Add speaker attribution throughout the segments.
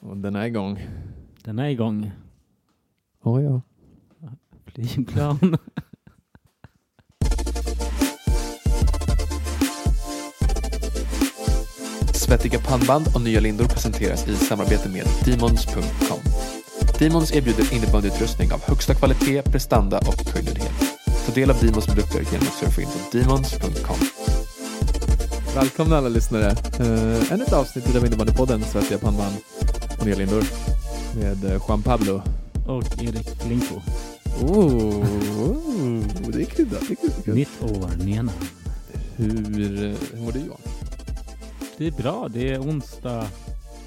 Speaker 1: Och den är igång.
Speaker 2: Den är igång.
Speaker 1: Oh, ja.
Speaker 2: Flygplan.
Speaker 3: Svettiga pannband och nya lindor presenteras i samarbete med Demons.com. Demons erbjuder innebandyutrustning av högsta kvalitet, prestanda och höjdnöjdhet. Ta del av Demons produkter genom att surfa in på Demons.com.
Speaker 1: Välkomna alla lyssnare. Uh, ännu ett avsnitt av Innebandypodden Svettiga pannband och nya lindor med eh, Juan Pablo.
Speaker 2: Och Erik Linko.
Speaker 1: Oh, oh, det är kryddat. Det är kryddat, det är kryddat.
Speaker 2: Mitt år, Nena.
Speaker 1: Hur, eh, hur mår du Johan?
Speaker 2: Det är bra. Det är onsdag.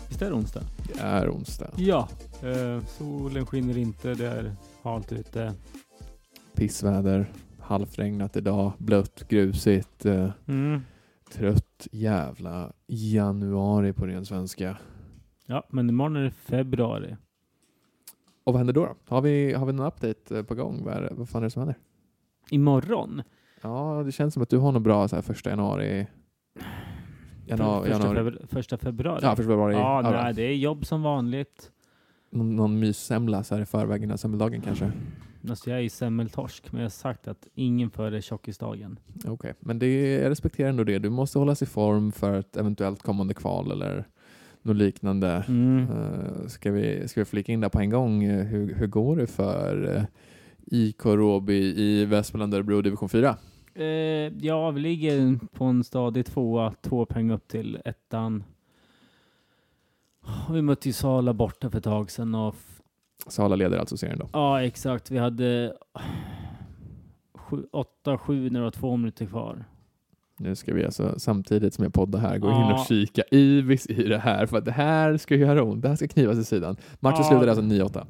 Speaker 2: Visst är det onsdag?
Speaker 1: Det är onsdag.
Speaker 2: Ja. Eh, solen skiner inte. Det är halt ute.
Speaker 1: Pissväder, halvregnat idag, blött, grusigt, eh,
Speaker 2: Mm.
Speaker 1: trött jävla januari på ren svenska.
Speaker 2: Ja, men imorgon är det februari.
Speaker 1: Och vad händer då? då? Har vi, har vi någon update eh, på gång? Vad, är det- vad fan är det som händer?
Speaker 2: Imorgon?
Speaker 1: Ja, det känns som att du har något bra så här, första januari. Januari,
Speaker 2: första,
Speaker 1: januari.
Speaker 2: febru- första februari?
Speaker 1: Ja, första februari.
Speaker 2: Ja,
Speaker 1: Ja,
Speaker 2: nej, det är jobb som vanligt.
Speaker 1: Någon, någon myssemla så här i förväg innan semmeldagen kanske.
Speaker 2: Alltså jag är ju semmeltorsk, men jag har sagt att ingen före tjockisdagen.
Speaker 1: Okej, men det, jag respekterar ändå det. Du måste hållas i form för ett eventuellt kommande kval eller något liknande.
Speaker 2: Mm.
Speaker 1: Eh, ska, vi, ska vi flika in där på en gång? eh, Hur, hur går det för eh, IK Råby i Västmanland Örebro division 4?
Speaker 2: Eh, ja, vi ligger på en stadig tvåa, två poäng upp till ettan. Vi mötte ju Sala borta för ett tag sedan och f-
Speaker 1: Sala leder alltså serien då.
Speaker 2: ja, exakt. Vi hade 8-7 när det var två minuter kvar.
Speaker 1: Nu ska vi alltså samtidigt som jag poddar här gå in
Speaker 2: Ja.
Speaker 1: och kika ivis i det här för att det här ska göra ont. Det här ska knivas i sidan. Matchen
Speaker 2: Ja.
Speaker 1: slutade alltså 9-8.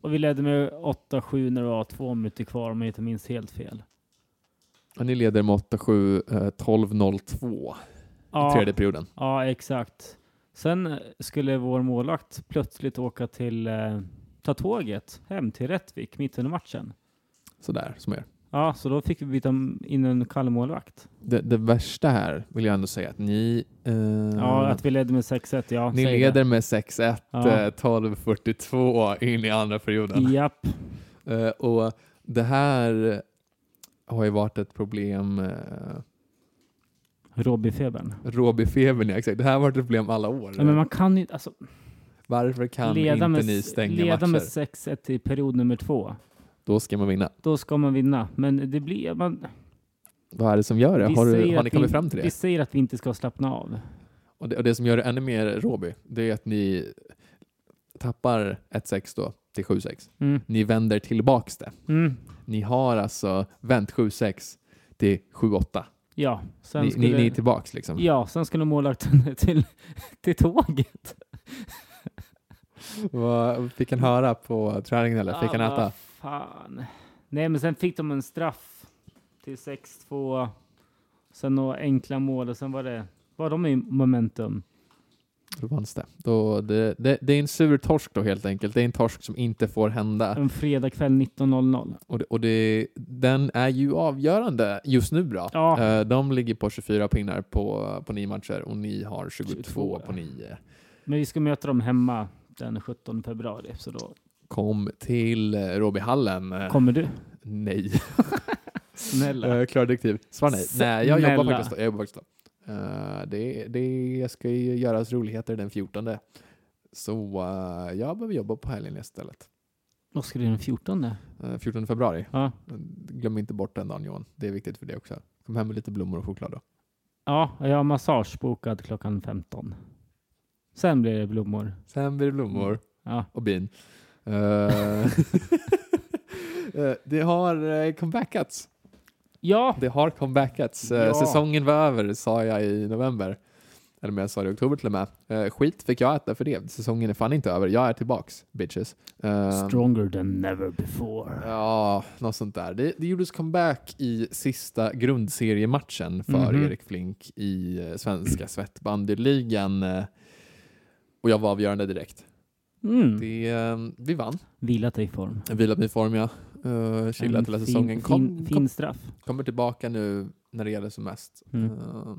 Speaker 2: Och vi ledde med 8-7 när det var två minuter kvar om jag inte minns helt fel.
Speaker 1: Och ni leder med 8-7, eh, 12-0-2 i
Speaker 2: Ja,
Speaker 1: tredje perioden.
Speaker 2: ja, exakt. Sen skulle vår målvakt plötsligt åka till, eh, ta tåget hem till Rättvik mitt under matchen.
Speaker 1: Sådär, som er.
Speaker 2: Ja, så då fick vi byta in en kallmålvakt.
Speaker 1: Det, det värsta här vill jag ändå säga att ni, eh,
Speaker 2: Ja, att vi ledde med 6-1. Ja,
Speaker 1: ni
Speaker 2: säg
Speaker 1: leder med 6-1,
Speaker 2: Ja.
Speaker 1: eh, 12-42 in i andra
Speaker 2: det.
Speaker 1: perioden.
Speaker 2: Japp.
Speaker 1: Eh, och det här har ju varit ett problem eh,
Speaker 2: Robbyfebern.
Speaker 1: Råbyfebern, ja exakt. Det här har varit ett problem alla år.
Speaker 2: Ja, men man kan ju alltså,
Speaker 1: Varför kan
Speaker 2: leda
Speaker 1: inte
Speaker 2: med,
Speaker 1: ni stänga
Speaker 2: leda
Speaker 1: matcher?
Speaker 2: med 6-1 i period nummer två.
Speaker 1: Då ska man vinna.
Speaker 2: Då ska man vinna. Men det blir... Man,
Speaker 1: Vad är det som gör det?
Speaker 2: vi
Speaker 1: Har, du,
Speaker 2: säger
Speaker 1: har
Speaker 2: att
Speaker 1: ni
Speaker 2: vi-
Speaker 1: kommit fram till
Speaker 2: Vi
Speaker 1: det?
Speaker 2: säger att vi inte ska slappna av.
Speaker 1: Och det? Och det som gör det ännu mer Råby, det är att ni tappar 1-6 då till 7-6.
Speaker 2: Mm.
Speaker 1: Ni vänder tillbaks det.
Speaker 2: Mm.
Speaker 1: Ni har alltså vänt 7-6 till 7-8.
Speaker 2: Ja, sen
Speaker 1: Ni,
Speaker 2: skulle,
Speaker 1: ni, ni är tillbaks liksom.
Speaker 2: ja, sen skulle målvakten till, till tåget.
Speaker 1: Vad Fick han höra på träningen eller? Fick han
Speaker 2: Ja, vad
Speaker 1: äta?
Speaker 2: Fan. Nej, men sen fick de en straff till 6-2. Sen några enkla mål och sen var det... Var de i momentum?
Speaker 1: Då vanns det. Då, det, det. Det är en sur torsk då helt enkelt. Det är en torsk som inte får hända.
Speaker 2: En fredag kväll 19.00.
Speaker 1: Och, det, och det, den är ju avgörande just nu bra.
Speaker 2: Ja.
Speaker 1: Eh, De ligger på 24 pinnar på, på nio matcher och ni har 22,
Speaker 2: 22,
Speaker 1: på nio.
Speaker 2: Men vi ska möta dem hemma den 17 februari, så då
Speaker 1: Kom till eh, Råbyhallen. Eh,
Speaker 2: kommer du.
Speaker 1: Nej.
Speaker 2: Snälla.
Speaker 1: Eh, Klar direktiv. Svar nej. Nej, jag jobbar
Speaker 2: Snälla.
Speaker 1: faktiskt då. Jag jobbar faktiskt då. Eh, det, det ska ju göras roligheter den 14. Så eh, jag behöver jobba på helgen istället.
Speaker 2: Vad ska du den 14?
Speaker 1: Eh, 14 februari.
Speaker 2: Ja.
Speaker 1: Glöm inte bort den dagen Johan. Det är viktigt för det också. Kom hem med lite blommor och choklad då.
Speaker 2: ja, jag har massage bokad klockan 15. Sen blir det blommor.
Speaker 1: Sen blir det blommor
Speaker 2: Mm. Ja.
Speaker 1: och bin. Eh, eh, det har eh, comebackats.
Speaker 2: Ja,
Speaker 1: Det har comebackats. Eh,
Speaker 2: Ja.
Speaker 1: Säsongen var över sa jag i november. Eller om jag sa det i oktober till och med. Eh, skit fick jag äta för det. Säsongen är fan inte över. Jag är tillbaks bitches. Eh,
Speaker 2: stronger than never before.
Speaker 1: Ja, något sånt där. Det, det gjordes comeback i sista grundseriematchen för
Speaker 2: Mhm.
Speaker 1: Erik Flink i eh, svenska svettbandyligan. eh, Och jag var avgörande direkt.
Speaker 2: Mm.
Speaker 1: Det, eh, vi vann.
Speaker 2: Vilat dig i form.
Speaker 1: Vilat mig i form, ja. Uh, chillat hela
Speaker 2: En
Speaker 1: säsongen.
Speaker 2: Mm, Fin,
Speaker 1: Kom,
Speaker 2: fin,
Speaker 1: kom,
Speaker 2: fin straff.
Speaker 1: kommer tillbaka nu när det gäller som mest. Ehm,
Speaker 2: Mm.
Speaker 1: Eh,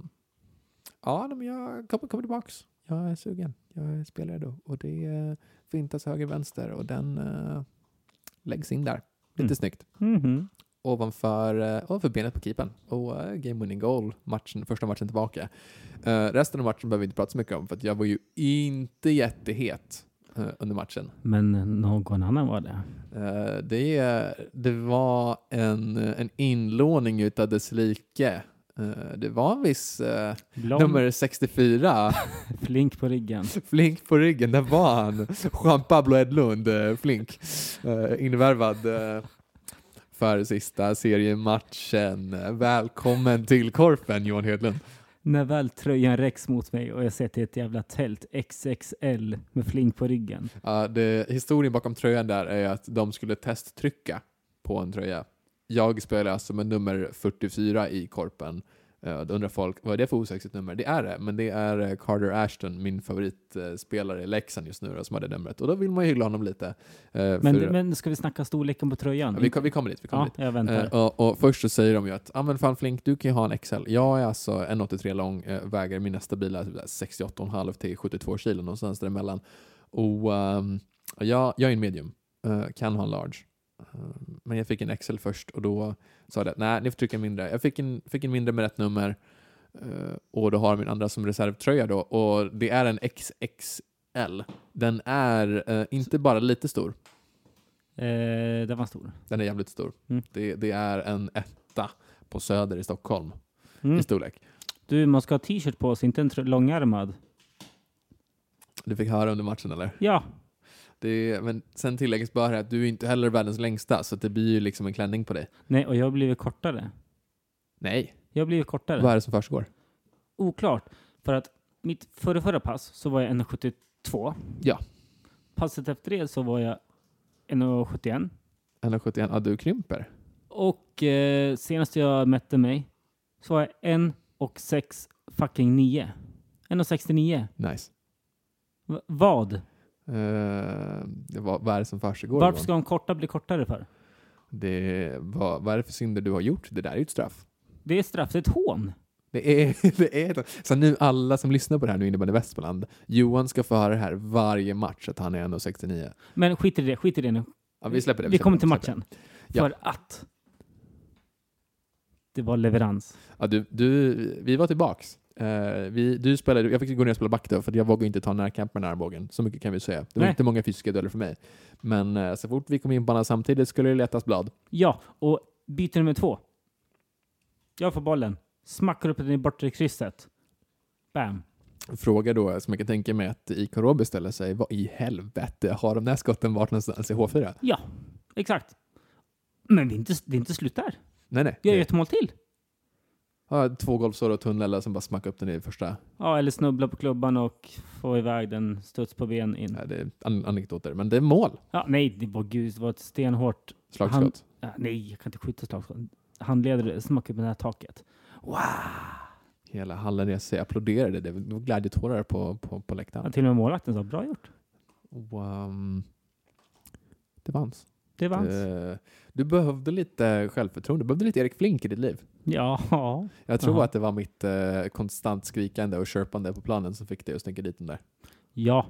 Speaker 1: ja, nej, men jag kommer, kommer tillbaks. jag är sugen, jag är spelredo och det eh, fintas höger-vänster och den eh, läggs in där. Lite
Speaker 2: Mm.
Speaker 1: snyggt.
Speaker 2: Mhm.
Speaker 1: Ovanför, eh, ovanför benet på keepern och eh, game winning goal, matchen, första matchen tillbaka. Eh, resten av matchen behöver vi inte prata så mycket om för att jag var ju inte jättehet eh, under matchen.
Speaker 2: Men någon annan var det.
Speaker 1: Eh, det, det var en, en inlåning utav dess like. Eh, det var en viss eh,
Speaker 2: Blond,
Speaker 1: nummer 64,
Speaker 2: flink på ryggen.
Speaker 1: Flink på ryggen, där var han. Juan Pablo Edlund eh, Flink, eh, invärvad eh, för sista seriematchen. Välkommen till Korpen Johan Hedlund.
Speaker 2: När väl tröjan räcks mot mig och jag ser till ett jävla tält XXL med flink på ryggen.
Speaker 1: Ja, det, historien bakom tröjan där är att de skulle testtrycka på en tröja. Jag spelar alltså med nummer 44 i korpen. Eh, Då undrar folk, vad är det för osexigt nummer? Det är det, men det är eh, Carter Ashton, min favoritspelare i Leksand just nu, då, som hade numret. Och då vill man ju hylla honom lite. eh,
Speaker 2: Men,
Speaker 1: för-
Speaker 2: men ska vi snacka storleken på tröjan?
Speaker 1: Ja, vi, kom- vi kommer dit. Vi kommer
Speaker 2: ja,
Speaker 1: dit.
Speaker 2: jag väntar.
Speaker 1: Eh, och, och först så säger de ju att, ja ah, men fan Flink, du kan ju ha en XL. Jag är alltså 1,83 lång, eh, väger mina stabila typ där 68,5 till 72 kilo någonstans däremellan. Och ehm, jag, jag är en medium, eh, kan ha en large. Ehm, men jag fick en XL först och då sa det att nej, ni får trycka en mindre. Jag fick en, fick en mindre med rätt nummer eh, och då har jag min andra som reservtröja då och det är en XXL. Den är eh, inte bara lite stor,
Speaker 2: Eh, den var stor.
Speaker 1: den är jävligt stor.
Speaker 2: Mm.
Speaker 1: Det, det är en etta på Söder i Stockholm
Speaker 2: Mm.
Speaker 1: i storlek.
Speaker 2: Du, man ska ha t-shirt på sig, inte en trö- långärmad.
Speaker 1: Du fick höra under matchen eller?
Speaker 2: Ja,
Speaker 1: Det, men sen tilläggs bara att du är inte heller världens längsta så att det blir ju liksom en klänning på dig.
Speaker 2: nej, och jag har blivit kortare.
Speaker 1: Nej,
Speaker 2: Jag har blivit kortare.
Speaker 1: vad är det som försiggår?
Speaker 2: Oklart. För att mitt förra, förra pass så var jag 1,72.
Speaker 1: Ja.
Speaker 2: Passet efter det så var jag 1,71.
Speaker 1: 171, ja du krymper.
Speaker 2: Och eh, senast jag mätte mig så var jag 1 och 6 fucking 9. 1,69.
Speaker 1: Nice.
Speaker 2: V- vad?
Speaker 1: Eh, det var, vad är det som försiggår?
Speaker 2: Varför
Speaker 1: Johan?
Speaker 2: ska de korta bli kortare för?
Speaker 1: Det, vad, vad är det för synder du har gjort? Det där är ju ett straff.
Speaker 2: Det är straff, det är ett hån.
Speaker 1: Det är, det är ett, så nu alla som lyssnar på det här nu innebandy Västmanland, Johan ska få höra det här varje match att han är 1,69.
Speaker 2: Men skit i det, skit i det nu.
Speaker 1: Ja, vi släpper det.
Speaker 2: Vi
Speaker 1: släpper
Speaker 2: kommer
Speaker 1: det,
Speaker 2: till
Speaker 1: släpper det.
Speaker 2: matchen.
Speaker 1: Ja.
Speaker 2: För att det var leverans.
Speaker 1: Ja, du, du, vi var tillbaks. Eh, vi, du spelade, jag fick gå ner och spela back då, för jag vågade inte ta närkamp med armbågen. Så mycket kan vi säga. Det var
Speaker 2: Nej.
Speaker 1: inte många fysiska dueller för mig. Men eh, så fort vi kom in på banan samtidigt skulle det letas blad.
Speaker 2: Ja, och byte nummer två. Jag får bollen, smackar upp den i bortre krysset. Bam.
Speaker 1: Fråga då, som jag kan tänka mig att IK Råby ställer sig, vad i helvete har de där skotten varit någonstans i H4?
Speaker 2: Ja, exakt. Men det är inte, det är inte slut där.
Speaker 1: Nej, nej.
Speaker 2: Jag gör
Speaker 1: Det-
Speaker 2: ett mål till.
Speaker 1: ja, två golfsår och tunnlar som bara smackade upp den i första. eh,
Speaker 2: Ja, eller snubblar på klubban och får iväg den, studs på ben in.
Speaker 1: Ja, det är an- anekdoter, men det är mål.
Speaker 2: Ja, nej, det var gud, det var ett stenhårt...
Speaker 1: Slagskott.
Speaker 2: Ja, nej, jag kan inte skjuta slagskott. Handledare smackar på det här taket.
Speaker 1: Hela hallen reser sig, applåderade. Det var glädjetårar på, på, på
Speaker 2: Ja,
Speaker 1: läktaren.
Speaker 2: till och med målvakten sa bra gjort.
Speaker 1: Och, ehm, det vanns.
Speaker 2: Det var hans.
Speaker 1: Eh, Du behövde lite självförtroende, du behövde lite Erik Flink i ditt liv.
Speaker 2: Ja,
Speaker 1: Jag tror
Speaker 2: Jaha.
Speaker 1: att det var mitt eh, konstant skrikande och körpande på planen som fick dig att snicka dit den där.
Speaker 2: ja,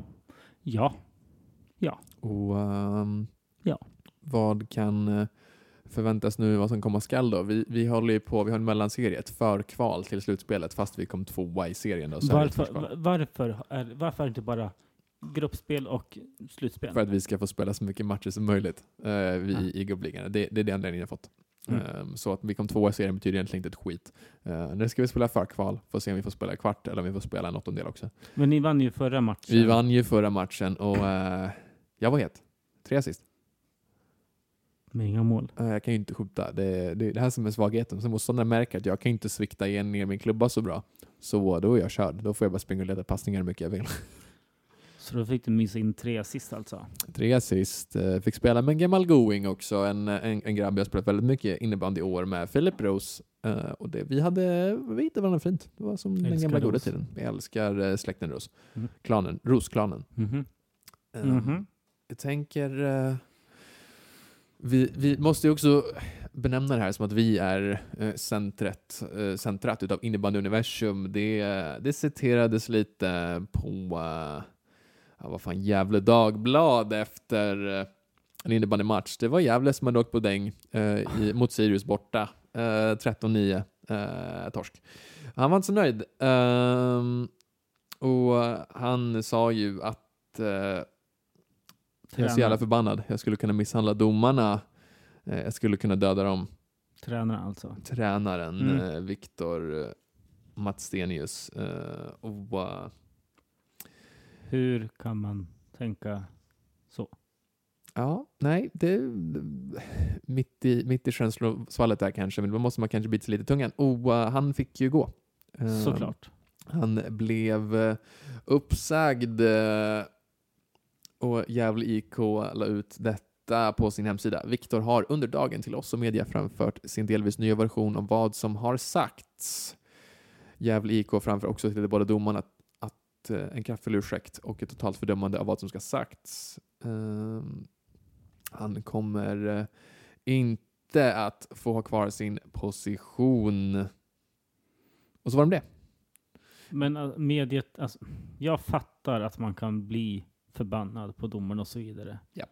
Speaker 2: ja.
Speaker 1: Och, ehm,
Speaker 2: Ja.
Speaker 1: Vad kan eh, förväntas nu, vad som komma skall då? Vi, vi håller ju på, vi har en mellanserie, ett förkval till slutspelet fast vi kom tvåa i serien. Då, så är det ett
Speaker 2: Varför,
Speaker 1: förkval.
Speaker 2: va- varför, är, varför inte bara gruppspel och slutspel?
Speaker 1: För att vi ska få spela så mycket matcher som möjligt, eh, vi
Speaker 2: Ja.
Speaker 1: i gubbligan. Det, det är den anledningen jag fått.
Speaker 2: Mm.
Speaker 1: Ehm, så att vi kom tvåa i serien betyder egentligen inte ett skit. Eh, nu ska vi spela förkval, får se om vi får spela kvart eller om vi får spela en åttondel också.
Speaker 2: Men ni vann ju förra matchen.
Speaker 1: Vi vann ju förra matchen och eh, jag var het. Tre assist.
Speaker 2: Med inga mål.
Speaker 1: Eh, jag kan ju inte skjuta. Det, det är det här som är svagheten. Så motståndaren märker att jag kan ju inte svikta igen ner min klubba så bra. Så då är jag körd. Då får jag bara springa och leta passningar hur mycket jag vill.
Speaker 2: Så då fick du mysa in tre assist alltså.
Speaker 1: Tre assist. eh, Fick spela med en gammal going också. En, en, en grabb jag spelat väldigt mycket innebandy i år med, Philip Rose. Eh, och det, vi hade, vi hittade varandra fint. Det var som den
Speaker 2: Älskar
Speaker 1: gamla goda
Speaker 2: Rose.
Speaker 1: tiden. Jag älskar eh, släkten Rose.
Speaker 2: Mm.
Speaker 1: Klanen, Rosklanen.
Speaker 2: Mhm.
Speaker 1: Eh,
Speaker 2: Mhm.
Speaker 1: Jag tänker... eh, vi, vi måste ju också benämna det här som att vi är eh, centret, eh, centrat utav innebandyuniversum. Det, det citerades lite på eh, ja, vad fan, Gävle Dagblad efter eh, en innebandymatch. Det var Gävle som hade åkt på däng eh, i, mot Sirius borta. Eh, 13-9 eh, torsk. Han var inte så nöjd. Ehm, och han sa ju att eh, jag är så jävla
Speaker 2: Tränaren,
Speaker 1: förbannad. Jag skulle kunna misshandla domarna. Eh, Jag skulle kunna döda dem.
Speaker 2: tränaren alltså.
Speaker 1: Tränaren
Speaker 2: Mm.
Speaker 1: eh, Viktor eh, Matsenius. eh, Och, eh,
Speaker 2: Hur kan man tänka så?
Speaker 1: ja, nej, det mitt i, mitt i känslosvallet där kanske, men då måste man kanske bita sig lite i tungan. Och eh, han fick ju gå. Eh,
Speaker 2: Såklart.
Speaker 1: Han blev eh, uppsagd eh, och Gävle IK la ut detta på sin hemsida. Viktor har under dagen till oss och media framfört sin delvis nya version om vad som har sagts. Gävle IK framför också till de båda domarna att, att eh, en kraftfull ursäkt och ett totalt fördömande av vad som ska sagts. Ehm, han kommer eh, inte att få ha kvar sin position. Och så var de det.
Speaker 2: Men äh, mediet, alltså, jag fattar att man kan bli förbannad på domarna och så vidare.
Speaker 1: Ja.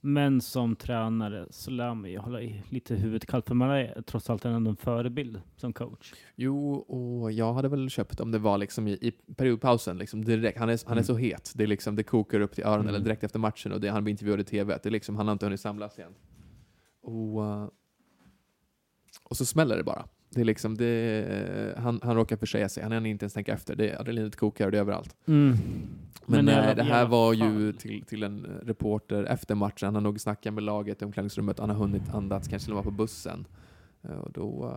Speaker 2: Men som tränare så lär man ju hålla i lite huvudet kallt, för man är trots allt ändå en förebild som coach.
Speaker 1: Jo, och jag hade väl köpt om det var liksom i, i periodpausen, liksom direkt. Han är, han är så het. Det, är liksom, det kokar upp till öronen,
Speaker 2: Mm.
Speaker 1: eller direkt efter matchen och det, han blir intervjuad i TV. att Det är liksom, han har inte hunnit samlas igen. Och, eh, och så smäller det bara. Det är liksom, det, eh, han, han råkar försäga sig, han hann inte ens tänka efter. Det, adrenalinet kokar och det är överallt. Men,
Speaker 2: Men i alla-
Speaker 1: eh, det
Speaker 2: i
Speaker 1: här
Speaker 2: alla
Speaker 1: var ju
Speaker 2: fall.
Speaker 1: till, till en eh, reporter efter matchen. Han har nog snackat med laget i omklädningsrummet. Han har hunnit andas, kanske till och med på bussen. Eh, Och då,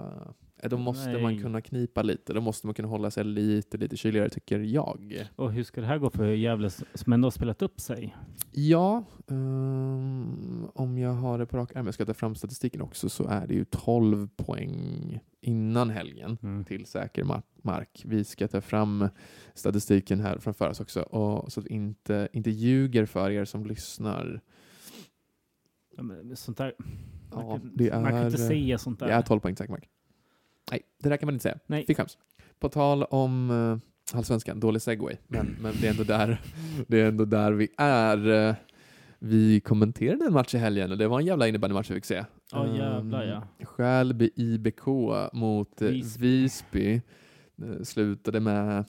Speaker 1: eh, då måste man
Speaker 2: Nej.
Speaker 1: kunna knipa lite. Då måste man kunna hålla sig lite, lite kyligare tycker jag.
Speaker 2: Och hur ska det här gå för Gävle s- som ändå har spelat upp sig?
Speaker 1: Ja, ehm, om jag har det på rak arm, jag ska ta fram statistiken också, så är det ju 12 poäng innan helgen. till säker ma- mark. Vi ska ta fram statistiken här framför oss också och, så att vi inte, inte ljuger för er som lyssnar.
Speaker 2: Ja, men Sånt där. Man,
Speaker 1: Ja,
Speaker 2: kan,
Speaker 1: det
Speaker 2: man kan inte
Speaker 1: är- eh,
Speaker 2: säga sånt där.
Speaker 1: Det är 12 poäng säker mark. Nej, det där kan man inte säga.
Speaker 2: Nej.
Speaker 1: Fick skäms. På tal om eh, allsvenskan, dålig segway, men, men det, är ändå där, det är ändå där vi är. Eh, Vi kommenterade en match i helgen och det var en jävla innebandymatch vi fick se.
Speaker 2: Ja, jävlar,
Speaker 1: Ehm,
Speaker 2: ja.
Speaker 1: Skälby IBK mot eh,
Speaker 2: Visby.
Speaker 1: Visby eh, slutade med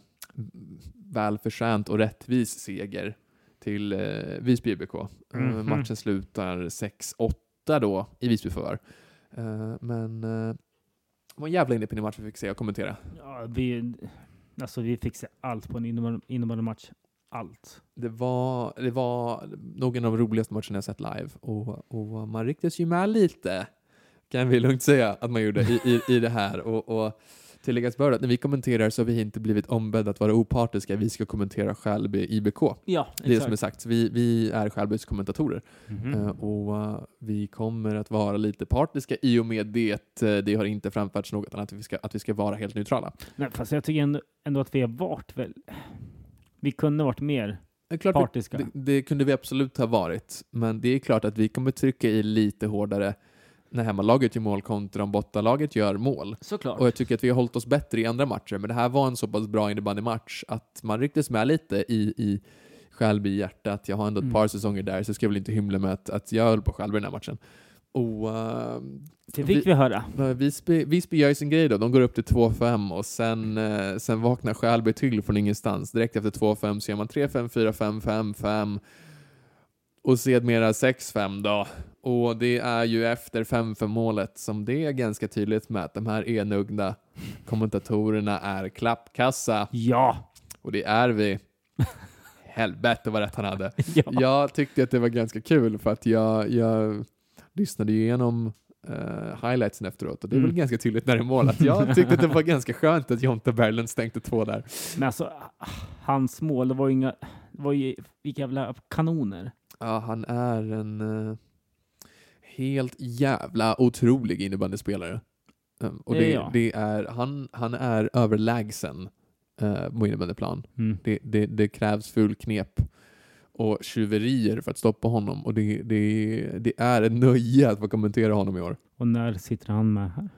Speaker 1: välförtjänt och rättvis seger till eh, Visby IBK. Eh,
Speaker 2: Mhm.
Speaker 1: Matchen slutar 6-8 då i Visby förvör. Eh, men eh, det var en jävla innebandymatch match vi fick se och kommentera.
Speaker 2: Ja, vi, alltså, vi fick se allt på en innebandy- innebandymatch. Allt.
Speaker 1: Det var, det var någon av de roligaste matcherna jag sett live och, och man rycktes ju med lite kan vi lugnt säga att man gjorde i, i, i det här. Och, och tilläggas bör att när vi kommenterar så har vi inte blivit ombedda att vara opartiska. Vi ska kommentera Skälby IBK.
Speaker 2: Ja,
Speaker 1: Det är som är sagt, vi, vi är Skälbys kommentatorer.
Speaker 2: Mm-hmm.
Speaker 1: Eh, Och eh, vi kommer att vara lite partiska i och med det. Eh, Det har inte framförts något annat att vi ska, att vi ska vara helt neutrala.
Speaker 2: Nej, fast jag tycker ändå, ändå att vi har varit väl... Vi kunde varit mer
Speaker 1: Det, är klart vi-
Speaker 2: partiska.
Speaker 1: det, det kunde vi absolut ha varit, men det är klart att vi kommer trycka i lite hårdare när hemmalaget gör mål kontra om bortalaget gör mål.
Speaker 2: Såklart.
Speaker 1: Och jag tycker att vi har hållit oss bättre i andra matcher, men det här var en så pass bra innebandymatch att man rycktes med lite i, i Skälby i hjärtat. Jag har ändå ett
Speaker 2: Mm.
Speaker 1: par säsonger där, så ska jag väl inte hymla med att, att jag höll på Skälby i den här matchen. Och eh,
Speaker 2: det fick vi, höra.
Speaker 1: Nej, Visby, Visby gör ju sin grej då. De går upp till 2-5 och sen, eh, sen vaknar Skälby till från ingenstans. Direkt efter 2-5 så gör man 3-5, 4-5, 5-5 och sedermera 6-5 då. Och det är ju efter 5-5 målet som det är ganska tydligt med att de här enögda kommentatorerna är klappkassa.
Speaker 2: Ja!
Speaker 1: Och det är vi. Helvete vad rätt han hade.
Speaker 2: ja.
Speaker 1: Jag tyckte att det var ganska kul för att jag, jag lyssnade ju igenom eh, highlightsen efteråt och det är väl
Speaker 2: Mm.
Speaker 1: ganska tydligt när det är mål att jag tyckte att det var ganska skönt att Jonte Berglund stänkte två där.
Speaker 2: Men alltså, hans mål, det var ju inga... Det var ju vilka jävla kanoner.
Speaker 1: Ja, han är en eh, helt jävla otrolig innebandyspelare. Um, och det,
Speaker 2: Ja.
Speaker 1: det är, han, han är Mm. överlägsen eh, på innebandyplan. Det, det, det krävs full knep. och tjuverier för att stoppa honom och det, det, det är ett nöje att få kommentera honom i år.
Speaker 2: Och när sitter han med här?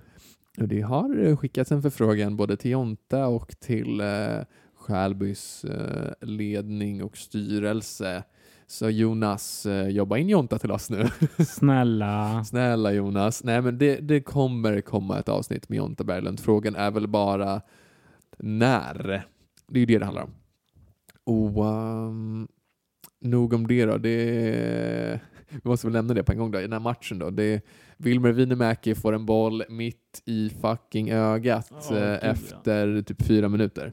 Speaker 1: Och det har eh, skickats en förfrågan både till Jonta och till eh, Skälbys eh, ledning och styrelse. Så Jonas, eh, jobba in Jonta till oss nu.
Speaker 2: Snälla.
Speaker 1: Snälla Jonas. Nej men det, det kommer komma ett avsnitt med Jonta Berglund. Frågan är väl bara när. Det är ju det det handlar om. Och ehm, nog om det då. Det, vi måste väl nämna det på en gång då, i den här matchen då. Det, Wilmer Wienemäki får en boll mitt i fucking ögat
Speaker 2: Ja,
Speaker 1: eh,
Speaker 2: gud, ja.
Speaker 1: efter typ fyra minuter.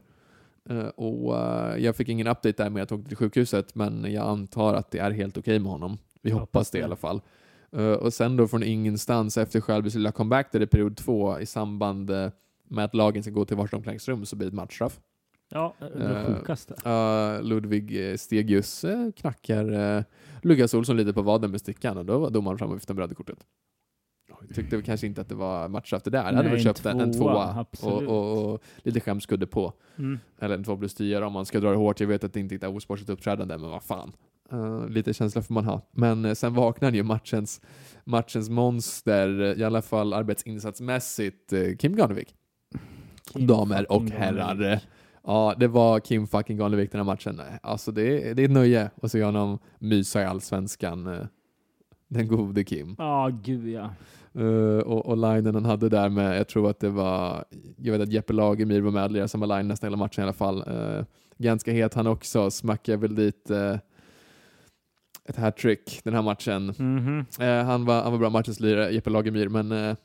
Speaker 1: Eh, och eh, jag fick ingen update där med att jag åkte till sjukhuset, men jag antar att det är helt okej med honom. Vi
Speaker 2: Jag
Speaker 1: hoppas
Speaker 2: hoppas
Speaker 1: det i
Speaker 2: det.
Speaker 1: alla fall. Eh, och sen då från ingenstans efter Skälbys lilla comeback där i period två i samband eh, med att lagen ska gå till varsitt omklädningsrum så blir det ett matchstraff.
Speaker 2: Ja, det var
Speaker 1: Eh,
Speaker 2: sjukaste.
Speaker 1: Eh, Ludvig eh, Stegius eh, knackar uh, Lukas Olsson lite på vaden med stickan och då var domaren framme och viftade med röda kortet. Jag tyckte väl kanske inte att det var match efter där. Jag hade
Speaker 2: Nej,
Speaker 1: väl
Speaker 2: en
Speaker 1: köpt en, en
Speaker 2: tvåa,
Speaker 1: tvåa och,
Speaker 2: absolut.
Speaker 1: och, och lite skämskudde på.
Speaker 2: Mm.
Speaker 1: Eller en två plus tio om man ska dra det hårt. Jag vet att det inte är ett osportsligt uppträdande, men vad fan. Eh, lite känsla får man ha. Men eh, sen vaknade ju matchens, matchens monster, eh, i alla fall arbetsinsatsmässigt, eh, Kim Garnevik.
Speaker 2: Kim
Speaker 1: Damer och
Speaker 2: fucking
Speaker 1: herrar.
Speaker 2: Garnevik.
Speaker 1: Ja, det var Kim fucking Garnevik den här matchen. Alltså det, är- det är ett nöje att se honom mysa i allsvenskan. eh, Den gode Kim.
Speaker 2: Ja, gud ja.
Speaker 1: Eh, och, och linen han hade där med, jag tror att det var, jag vet att Jeppe Lagemyr var med och lirade samma line nästan hela matchen i alla fall. Eh, ganska het han också, smackade väl dit eh, ett hattrick den här matchen.
Speaker 2: Mhm.
Speaker 1: Eh, han, var, han var bra matchens lirare, Jeppe Lagemyr, men eh,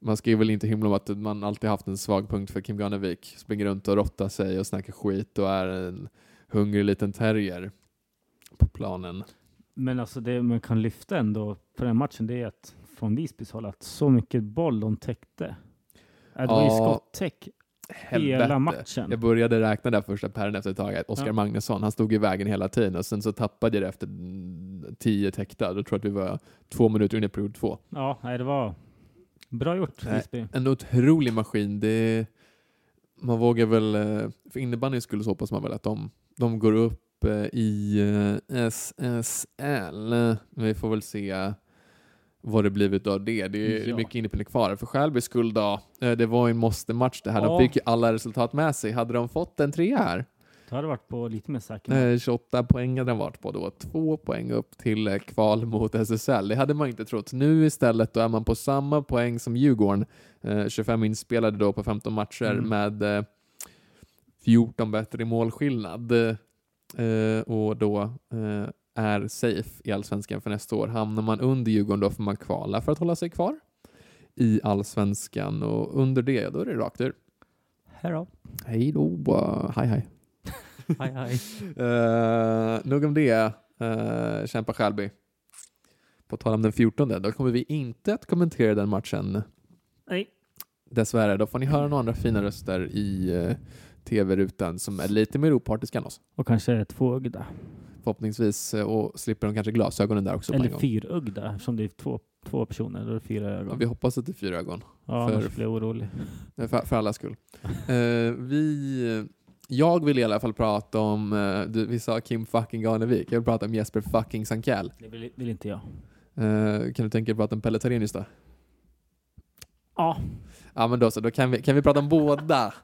Speaker 1: man ska ju väl inte hymla om att man alltid haft en svag punkt för Kim Garnevik. Springer runt och rottar sig och snackar skit och är en hungrig liten terrier på planen.
Speaker 2: Men alltså det man kan lyfta ändå på den matchen, det är att från Visbys håll att så mycket boll de täckte. Ja, Det var ju
Speaker 1: Ja,
Speaker 2: skottäck hela
Speaker 1: Helvete.
Speaker 2: matchen.
Speaker 1: Jag började räkna där första pärren efter ett tag. att Oskar
Speaker 2: Ja.
Speaker 1: Magnusson, han stod i vägen hela tiden och sen så tappade jag det efter mm, tio täckta. Då tror jag att vi var två minuter in i period två.
Speaker 2: Ja, nej, det var bra gjort
Speaker 1: Nej.
Speaker 2: Visby.
Speaker 1: En otrolig maskin. Det, man vågar väl, eh, för innebandyns skull så hoppas man väl att de, de går upp eh, i eh, SSL. Men vi får väl se vad det blivit av det. Det är
Speaker 2: Ja.
Speaker 1: mycket innebandy kvar. För Skälbys skull då, eh, det var ju en måste-match det här.
Speaker 2: Ja.
Speaker 1: De fick ju alla resultat med sig. Hade de fått en trea här?
Speaker 2: Du hade varit på lite mer säker.
Speaker 1: Eh, 28 poäng hade han varit på då. Två poäng upp till eh, kval mot SSL. Det hade man inte trott. Nu istället då är man på samma poäng som Djurgården. Eh, 25 inspelade då på 15 matcher
Speaker 2: Mm.
Speaker 1: med eh, 14 bättre i målskillnad. Eh, och då eh, är safe i Allsvenskan för nästa år. Hamnar man under Djurgården då får man kvala för att hålla sig kvar i Allsvenskan och under det då är det rakt ur.
Speaker 2: Här då.
Speaker 1: Hej då, eh, hej hej.
Speaker 2: Hej, hej.
Speaker 1: Uh, nog om det. Uh, kämpa Skälby. På tal om den 14, då kommer vi inte att kommentera den matchen.
Speaker 2: Nej.
Speaker 1: Dessvärre, då får ni höra några andra fina röster i eh, tv-rutan som är lite mer opartiska än oss.
Speaker 2: Och kanske ett tvåögda.
Speaker 1: Förhoppningsvis, eh, och slipper de kanske glasögonen där också på en
Speaker 2: Eller
Speaker 1: gång.
Speaker 2: fyrögda, som det är två, två personer. Då är det fyra
Speaker 1: Ja,
Speaker 2: ögon.
Speaker 1: vi hoppas att det är fyra ögon.
Speaker 2: Ja,
Speaker 1: för-
Speaker 2: annars blir jag orolig.
Speaker 1: Eh, För, för alla skull. Eh, vi, jag vill i alla fall prata om, eh, du, vi sa Kim fucking Garnevik, jag vill prata om Jesper fucking Sankell.
Speaker 2: Det vill, vill inte jag.
Speaker 1: Eh, kan du tänka dig att prata om Pelle Tarenius då?
Speaker 2: Ja.
Speaker 1: Ja men då så, då kan vi, kan vi prata om båda.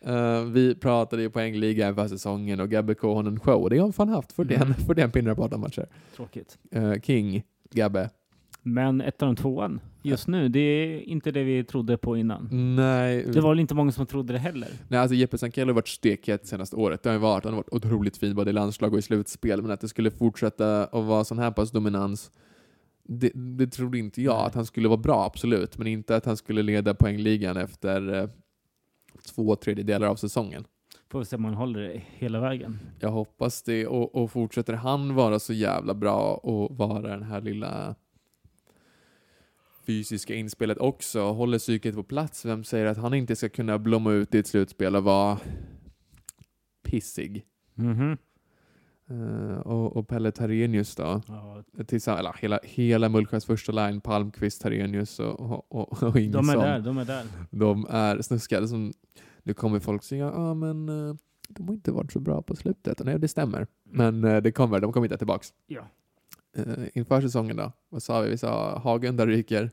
Speaker 1: Eh, vi pratade ju poängliga inför säsongen och Gabbe Kohonen show, och det har han fan haft, 41,
Speaker 2: Mm.
Speaker 1: 41 pinnar på 18 matcher.
Speaker 2: Tråkigt.
Speaker 1: Eh, King, Gabbe.
Speaker 2: Men ettan och tvåan just nu, det är inte det vi trodde på
Speaker 1: Mm.
Speaker 2: innan.
Speaker 1: Nej,
Speaker 2: Det var väl inte många som trodde det heller.
Speaker 1: nej alltså Jeppe Sankello har varit stekhet senaste året. Det har ju varit, han har varit otroligt fin både i landslag och i slutspel, men att det skulle fortsätta att vara sån här pass dominans, det, det trodde inte jag.
Speaker 2: Nej.
Speaker 1: Att han skulle vara bra, absolut, men inte att han skulle leda poängligan efter eh, två tredjedelar av säsongen.
Speaker 2: Får vi se om man håller det hela vägen.
Speaker 1: Jag hoppas det. Och, och fortsätter han vara så jävla bra och vara den här lilla fysiska inspelet också, och håller psyket på plats, vem säger att han inte ska kunna blomma ut i ett slutspel och vara pissig?
Speaker 2: Mhm.
Speaker 1: Eh, och, och Pelle Tarenius då?
Speaker 2: Ja,
Speaker 1: Tillsammans, eller hela, hela Mullsjös första line, Palmqvist, Tarenius och, och, och, och Ingelsson.
Speaker 2: de är där, de är där.
Speaker 1: De är snuskade som... Nu kommer folk säga, ja ah, men eh, de har inte varit så bra på slutet. Och nej, det stämmer. Men eh, det kommer, de kommer inte tillbaks.
Speaker 2: Ja.
Speaker 1: Eh, inför säsongen då, vad sa vi? Vi sa Hagunda ryker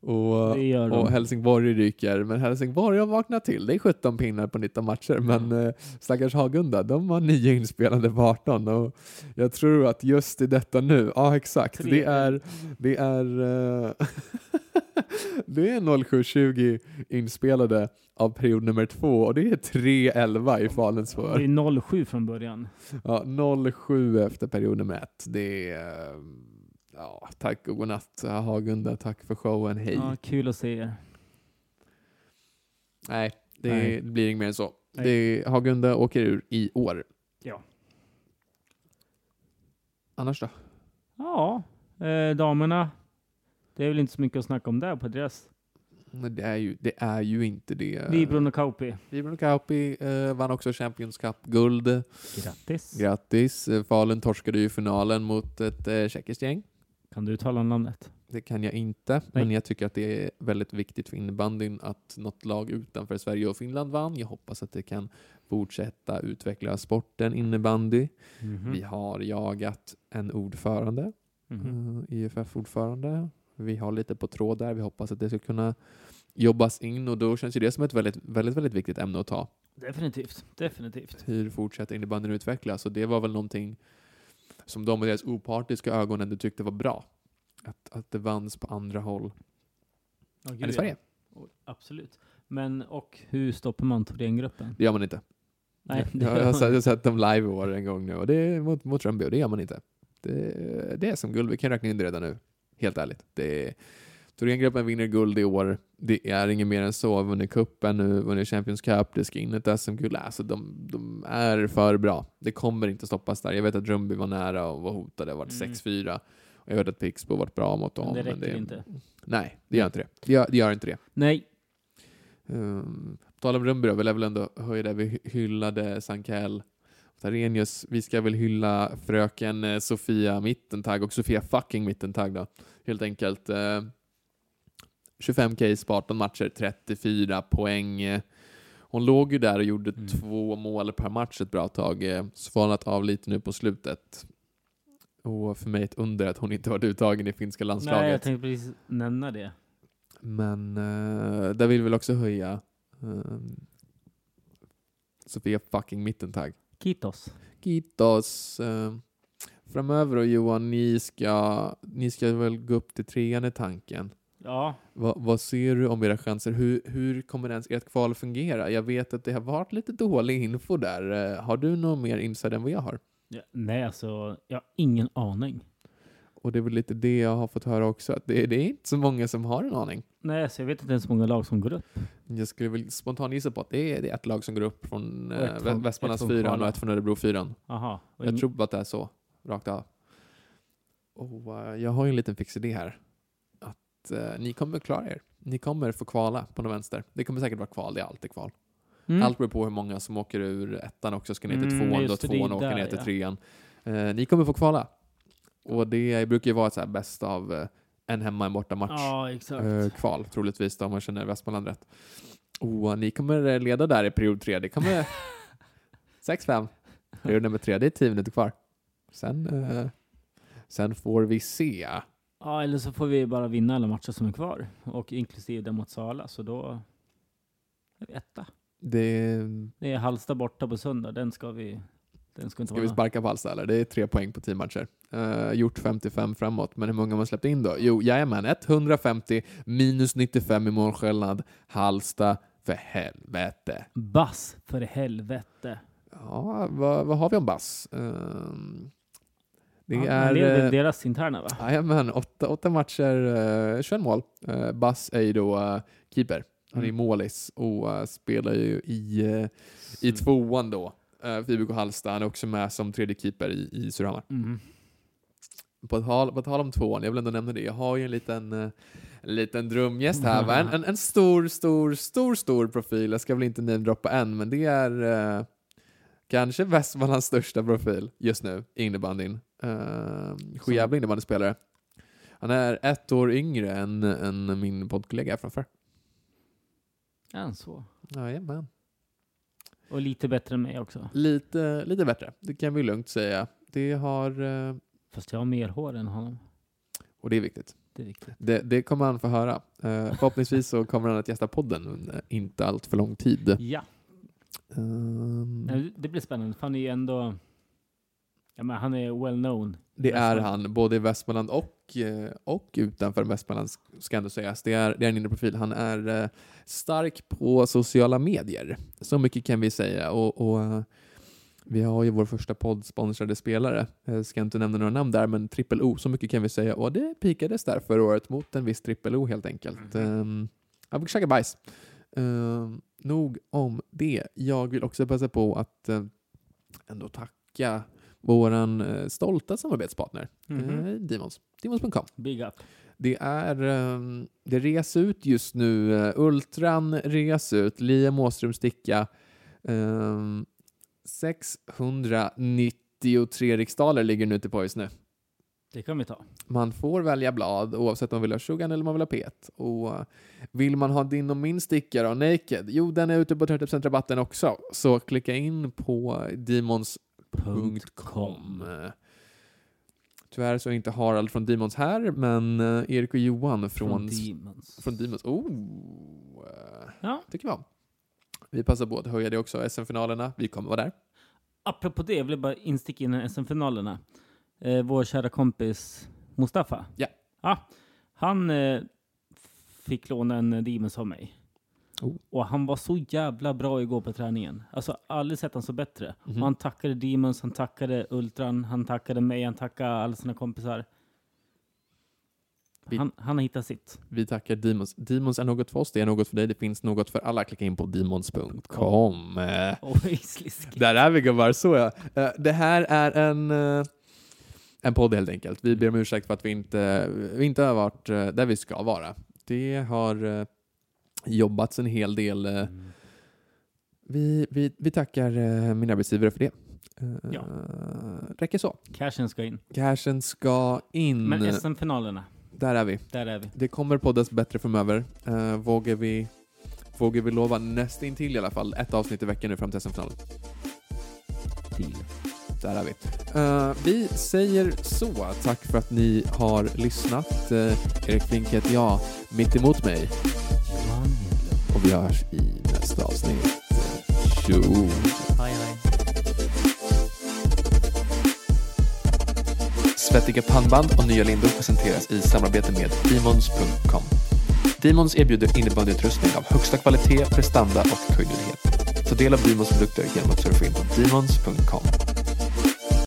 Speaker 1: och,
Speaker 2: Det gör de.
Speaker 1: eh, och Helsingborg ryker. Men Helsingborg har vaknat till. Det är 17 pinnar på 19 matcher. Men eh, stackars Hagunda, de har nio inspelade på 18. Och jag tror att just i detta nu, ja exakt, det
Speaker 2: Tredje.
Speaker 1: är, det är, eh, det är 07.20 inspelade av period nummer två och det är 3.11 i Falens
Speaker 2: Det
Speaker 1: för.
Speaker 2: är 07 från början.
Speaker 1: Ja, 07 efter period nummer ett. Det är, eh, ja, tack och godnatt Hagunda, tack för showen, hej.
Speaker 2: Ja, kul att se er.
Speaker 1: Nej, det
Speaker 2: Nej.
Speaker 1: blir inget mer än så.
Speaker 2: Nej.
Speaker 1: Det, Hagunda åker ur i år.
Speaker 2: Ja.
Speaker 1: Annars då?
Speaker 2: Ja, eh, damerna. Det är väl inte så mycket att snacka om där på deras.
Speaker 1: Nej, Det är ju, det är ju inte det.
Speaker 2: Libron och Kauppi.
Speaker 1: Libron Kauppi eh, vann också Champions Cup-guld.
Speaker 2: Grattis.
Speaker 1: Grattis! Eh, Falun torskade ju finalen mot ett eh, tjeckiskt gäng.
Speaker 2: Kan du uttala namnet?
Speaker 1: Det kan jag inte, men jag tycker att det är väldigt viktigt för innebandyn att något lag utanför Sverige och Finland vann. Jag hoppas att det kan fortsätta utveckla sporten innebandy.
Speaker 2: Mhm.
Speaker 1: Vi har jagat en ordförande
Speaker 2: Mhm.
Speaker 1: eh, IFF-ordförande. Vi har lite på tråd där. Vi hoppas att det ska kunna jobbas in och då känns ju det som ett väldigt, väldigt, väldigt viktigt ämne att ta.
Speaker 2: Definitivt, definitivt.
Speaker 1: Hur fortsätter innebandyn utvecklas? Och det var väl någonting som de med deras opartiska ögon ändå tyckte var bra. Att, att det vanns på andra håll
Speaker 2: Ja, gud,
Speaker 1: än i
Speaker 2: ja.
Speaker 1: Sverige.
Speaker 2: Och- Absolut. Men och hur stoppar man Thorengruppen?
Speaker 1: Det gör man inte.
Speaker 2: Nej,
Speaker 1: jag, jag, har sett, jag har sett dem live i år en gång nu och det är mot, mot Rönnby och det gör man inte. Det, det är som guld, vi kan räkna in det redan nu. Helt ärligt. Det är- Thorengruppen vinner guld i år. Det är inget mer än så. Vunnit cupen nu, vunnit Champions Cup, det ska in ett SM-guld. Alltså de, de är för bra. Det kommer inte stoppas där. Jag vet att Rönnby var nära och var hotade, det har varit
Speaker 2: Mm.
Speaker 1: 6-4. Och jag vet att Pixbo varit bra mot dem.
Speaker 2: Men det räcker inte.
Speaker 1: Nej, det gör inte det. Det gör, det gör inte det.
Speaker 2: Nej,
Speaker 1: Um, på tal om Rönnby då, vill jag väl ändå höja det. Vi hy- hyllade Sankel Tarenius. Vi ska väl hylla fröken eh, Sofia Mittentag och Sofia fucking Mittentag då. Helt enkelt. Eh, 25 case på 18 matcher, 34 poäng. Eh, Hon låg ju där och gjorde
Speaker 2: Mm.
Speaker 1: två mål per match ett bra tag. eh, Svalnat av lite nu på slutet. Och för mig ett under att hon inte varit uttagen i finska landslaget.
Speaker 2: nej, jag tänkte precis nämna det.
Speaker 1: Men eh, där vill vi väl också höja ehm, Sofia fucking Mittentag.
Speaker 2: Kitos.
Speaker 1: Kitos. eh, framöver då Johan, ni ska, ni ska väl gå upp till trean i tanken.
Speaker 2: Ja,
Speaker 1: Va, vad ser du om era chanser? Hur, hur kommer ens ert kval fungera? Jag vet att det har varit lite dålig info där. Eh, har du någon mer inside än vad jag har?
Speaker 2: ja, nej alltså, jag har ingen aning.
Speaker 1: Och det är väl lite det jag har fått höra också, att det, det är inte så många som har en aning.
Speaker 2: Nej, alltså, jag vet inte ens hur många lag som går upp.
Speaker 1: Jag skulle väl spontant gissa på att det är, det är ett lag som går upp från
Speaker 2: Och ett
Speaker 1: eh,
Speaker 2: från-
Speaker 1: Vä- Västmanlands
Speaker 2: ett från
Speaker 1: fyran
Speaker 2: Kvala.
Speaker 1: och ett från Örebro fyran.
Speaker 2: Aha. Mm. och
Speaker 1: Jag
Speaker 2: ing-
Speaker 1: tror bara att det är så, rakt av. Och, eh, jag har ju en liten fix idé här. Att eh, ni kommer klara er. Ni kommer få kvala på någon vänster. Det kommer säkert vara kval, det är alltid kval.
Speaker 2: Mm.
Speaker 1: Allt beror på hur många som åker ur ettan också, ska ner till
Speaker 2: Mm,
Speaker 1: tvåan, då
Speaker 2: just det, det är
Speaker 1: tvåan åker
Speaker 2: där,
Speaker 1: ner till
Speaker 2: ja.
Speaker 1: trean. Eh, ni kommer få kvala. Och det brukar ju vara ett så här bäst av eh, en hemma, en borta match
Speaker 2: Ja, exakt.
Speaker 1: eh, kval, troligtvis då, om man känner Västmanland rätt. Och ni kommer eh, leda där i period tre. Det kommer 6-5. Period nummer tre, det är 10 minuter kvar. Sen, eh, sen får vi se.
Speaker 2: Ja, eller så får vi bara vinna alla matcher som är kvar. Och inklusive den mot Sala, så då är vi etta.
Speaker 1: Det,
Speaker 2: Det är Halsta borta på söndag, den ska vi... Den ska inte
Speaker 1: ska vi
Speaker 2: vara...
Speaker 1: sparka på Halsta eller? Det är tre poäng på 10 matcher. Eh, gjort 55 framåt, men hur många har man släppt in då? Jo, jajamän, 150 minus 95 i målskillnad. Halsta, för helvete.
Speaker 2: Bass, för helvete.
Speaker 1: Ja, vad, vad har vi om Bass? Ehm, det
Speaker 2: Ja,
Speaker 1: är...
Speaker 2: det är väl
Speaker 1: eh,
Speaker 2: deras interna va?
Speaker 1: Jajamän, åtta, åtta matcher, eh, 21 mål. Eh, Bass är ju då eh, keeper. Han är ju
Speaker 2: Mm.
Speaker 1: målis och eh, spelar ju i, eh, i tvåan då. Uh, för IBK Halmstad. Han är också med som tredje keeper i, i Surahammar.
Speaker 2: Mm.
Speaker 1: På tal, på tal om tvåan, jag vill ändå nämna det. Jag har ju en liten, eh, en liten drömgäst här. Va? En, en, en stor, stor, stor, stor profil. Jag ska väl inte namedroppa än, men det är eh, kanske Västmanlands största profil just nu, innebandyn. Uh, Sjujävla innebandyspelare. Han är ett år yngre än, än min poddkollega här framför.
Speaker 2: Ja, så.
Speaker 1: Jajamän.
Speaker 2: Och lite bättre än mig också.
Speaker 1: Lite, lite bättre, det kan vi lugnt säga. Det har, eh,
Speaker 2: Fast jag har mer hår än honom.
Speaker 1: och det är viktigt.
Speaker 2: Det är viktigt.
Speaker 1: Det, det kommer han få höra. Eh, förhoppningsvis så kommer han att gästa podden under inte allt för lång tid.
Speaker 2: Ja,
Speaker 1: Ehm,
Speaker 2: Nej, det blir spännande. För han är ju ändå... Ja, men han är well known. Alltså,
Speaker 1: Det är
Speaker 2: Västmanland.
Speaker 1: han, både i Västmanland och, eh, och utanför Västmanland sk- ska ändå sägas. Det är, det är en inre profil. Han är eh, stark på sociala medier. Så mycket kan vi säga. Och, och, eh, vi har ju vår första poddsponsrade spelare. Jag ska inte nämna några namn där, men Triple O, så mycket kan vi säga. Och det pikades där förra året mot en viss Triple O helt enkelt. Ehm, Han fick käka bajs. Ehm, nog om det. Jag vill också passa på att eh, ändå tacka våran eh, stolta samarbetspartner, eh, Demons. Demons.com.
Speaker 2: mm-hmm. Big up.
Speaker 1: Det är ehm, det res ut just nu. eh, Ultran res ut. Liam Åström sticka. ehm, 693 riksdaler ligger nu till poys nu.
Speaker 2: Det kan vi ta.
Speaker 1: Man får välja blad oavsett om man vill ha Shogun eller man vill ha Pet. Och eh, vill man ha din och min sticka då, Naked? Jo, den är ute på 30% rabatten också. Så klicka in på demons.com. Tyvärr så är inte Harald från Demons här, men eh, Erik och Johan från,
Speaker 2: Från
Speaker 1: från, Demons.
Speaker 2: Demons.
Speaker 1: Oh, eh,
Speaker 2: Ja.
Speaker 1: tycker vi om. Vi passar på att höja det också. SM-finalerna, vi kommer vara där.
Speaker 2: Apropå det, jag vill bara insticka in i SM-finalerna. Eh, vår kära kompis Mustafa.
Speaker 1: Ja.
Speaker 2: Ja, han eh, fick låna en Demons av mig.
Speaker 1: Oh.
Speaker 2: Och han var så jävla bra igår på träningen. Alltså, aldrig sett han så bättre.
Speaker 1: Mhm.
Speaker 2: Och han tackade Demons, han tackade Ultran, han tackade mig, han tackade alla sina kompisar.
Speaker 1: Vi-
Speaker 2: Han, han har hittat sitt.
Speaker 1: Vi tackar Demons. Demons är något för oss, det är något för dig, det finns något för alla. Klicka in på demons.com. Eh,
Speaker 2: Oj, sliskigt.
Speaker 1: Där är vi gubbar, så ja. Eh, Det här är en, eh, en podd helt enkelt. Vi ber om ursäkt för att vi inte, vi inte har varit eh, där vi ska vara. Det har eh, jobbats en hel del. eh, Vi, vi, vi tackar eh, min arbetsgivare för det. Eh,
Speaker 2: Ja.
Speaker 1: Räcker så.
Speaker 2: Cashen ska in.
Speaker 1: Cashen ska in.
Speaker 2: Men SM-finalerna,
Speaker 1: Där är vi.
Speaker 2: där är vi.
Speaker 1: Det kommer poddas bättre framöver. Eh, vågar, vi, vågar vi lova nästintill i alla fall ett avsnitt i veckan nu fram till SM-finalen.
Speaker 2: Deal.
Speaker 1: Där är vi. Eh, vi säger så. Tack för att ni har lyssnat. Eh, Erik Flink heter jag, mitt emot mig.
Speaker 2: Johan Hedlund.
Speaker 1: Och vi hörs i nästa avsnitt. Tjo!
Speaker 2: Hej, hej.
Speaker 3: Svettiga pannband och nya lindor presenteras i samarbete med Demons.com. Demons erbjuder innebandyutrustning av högsta kvalitet, prestanda och kunnighet. Ta del av Demons produkter genom att surfa in på Demons.com.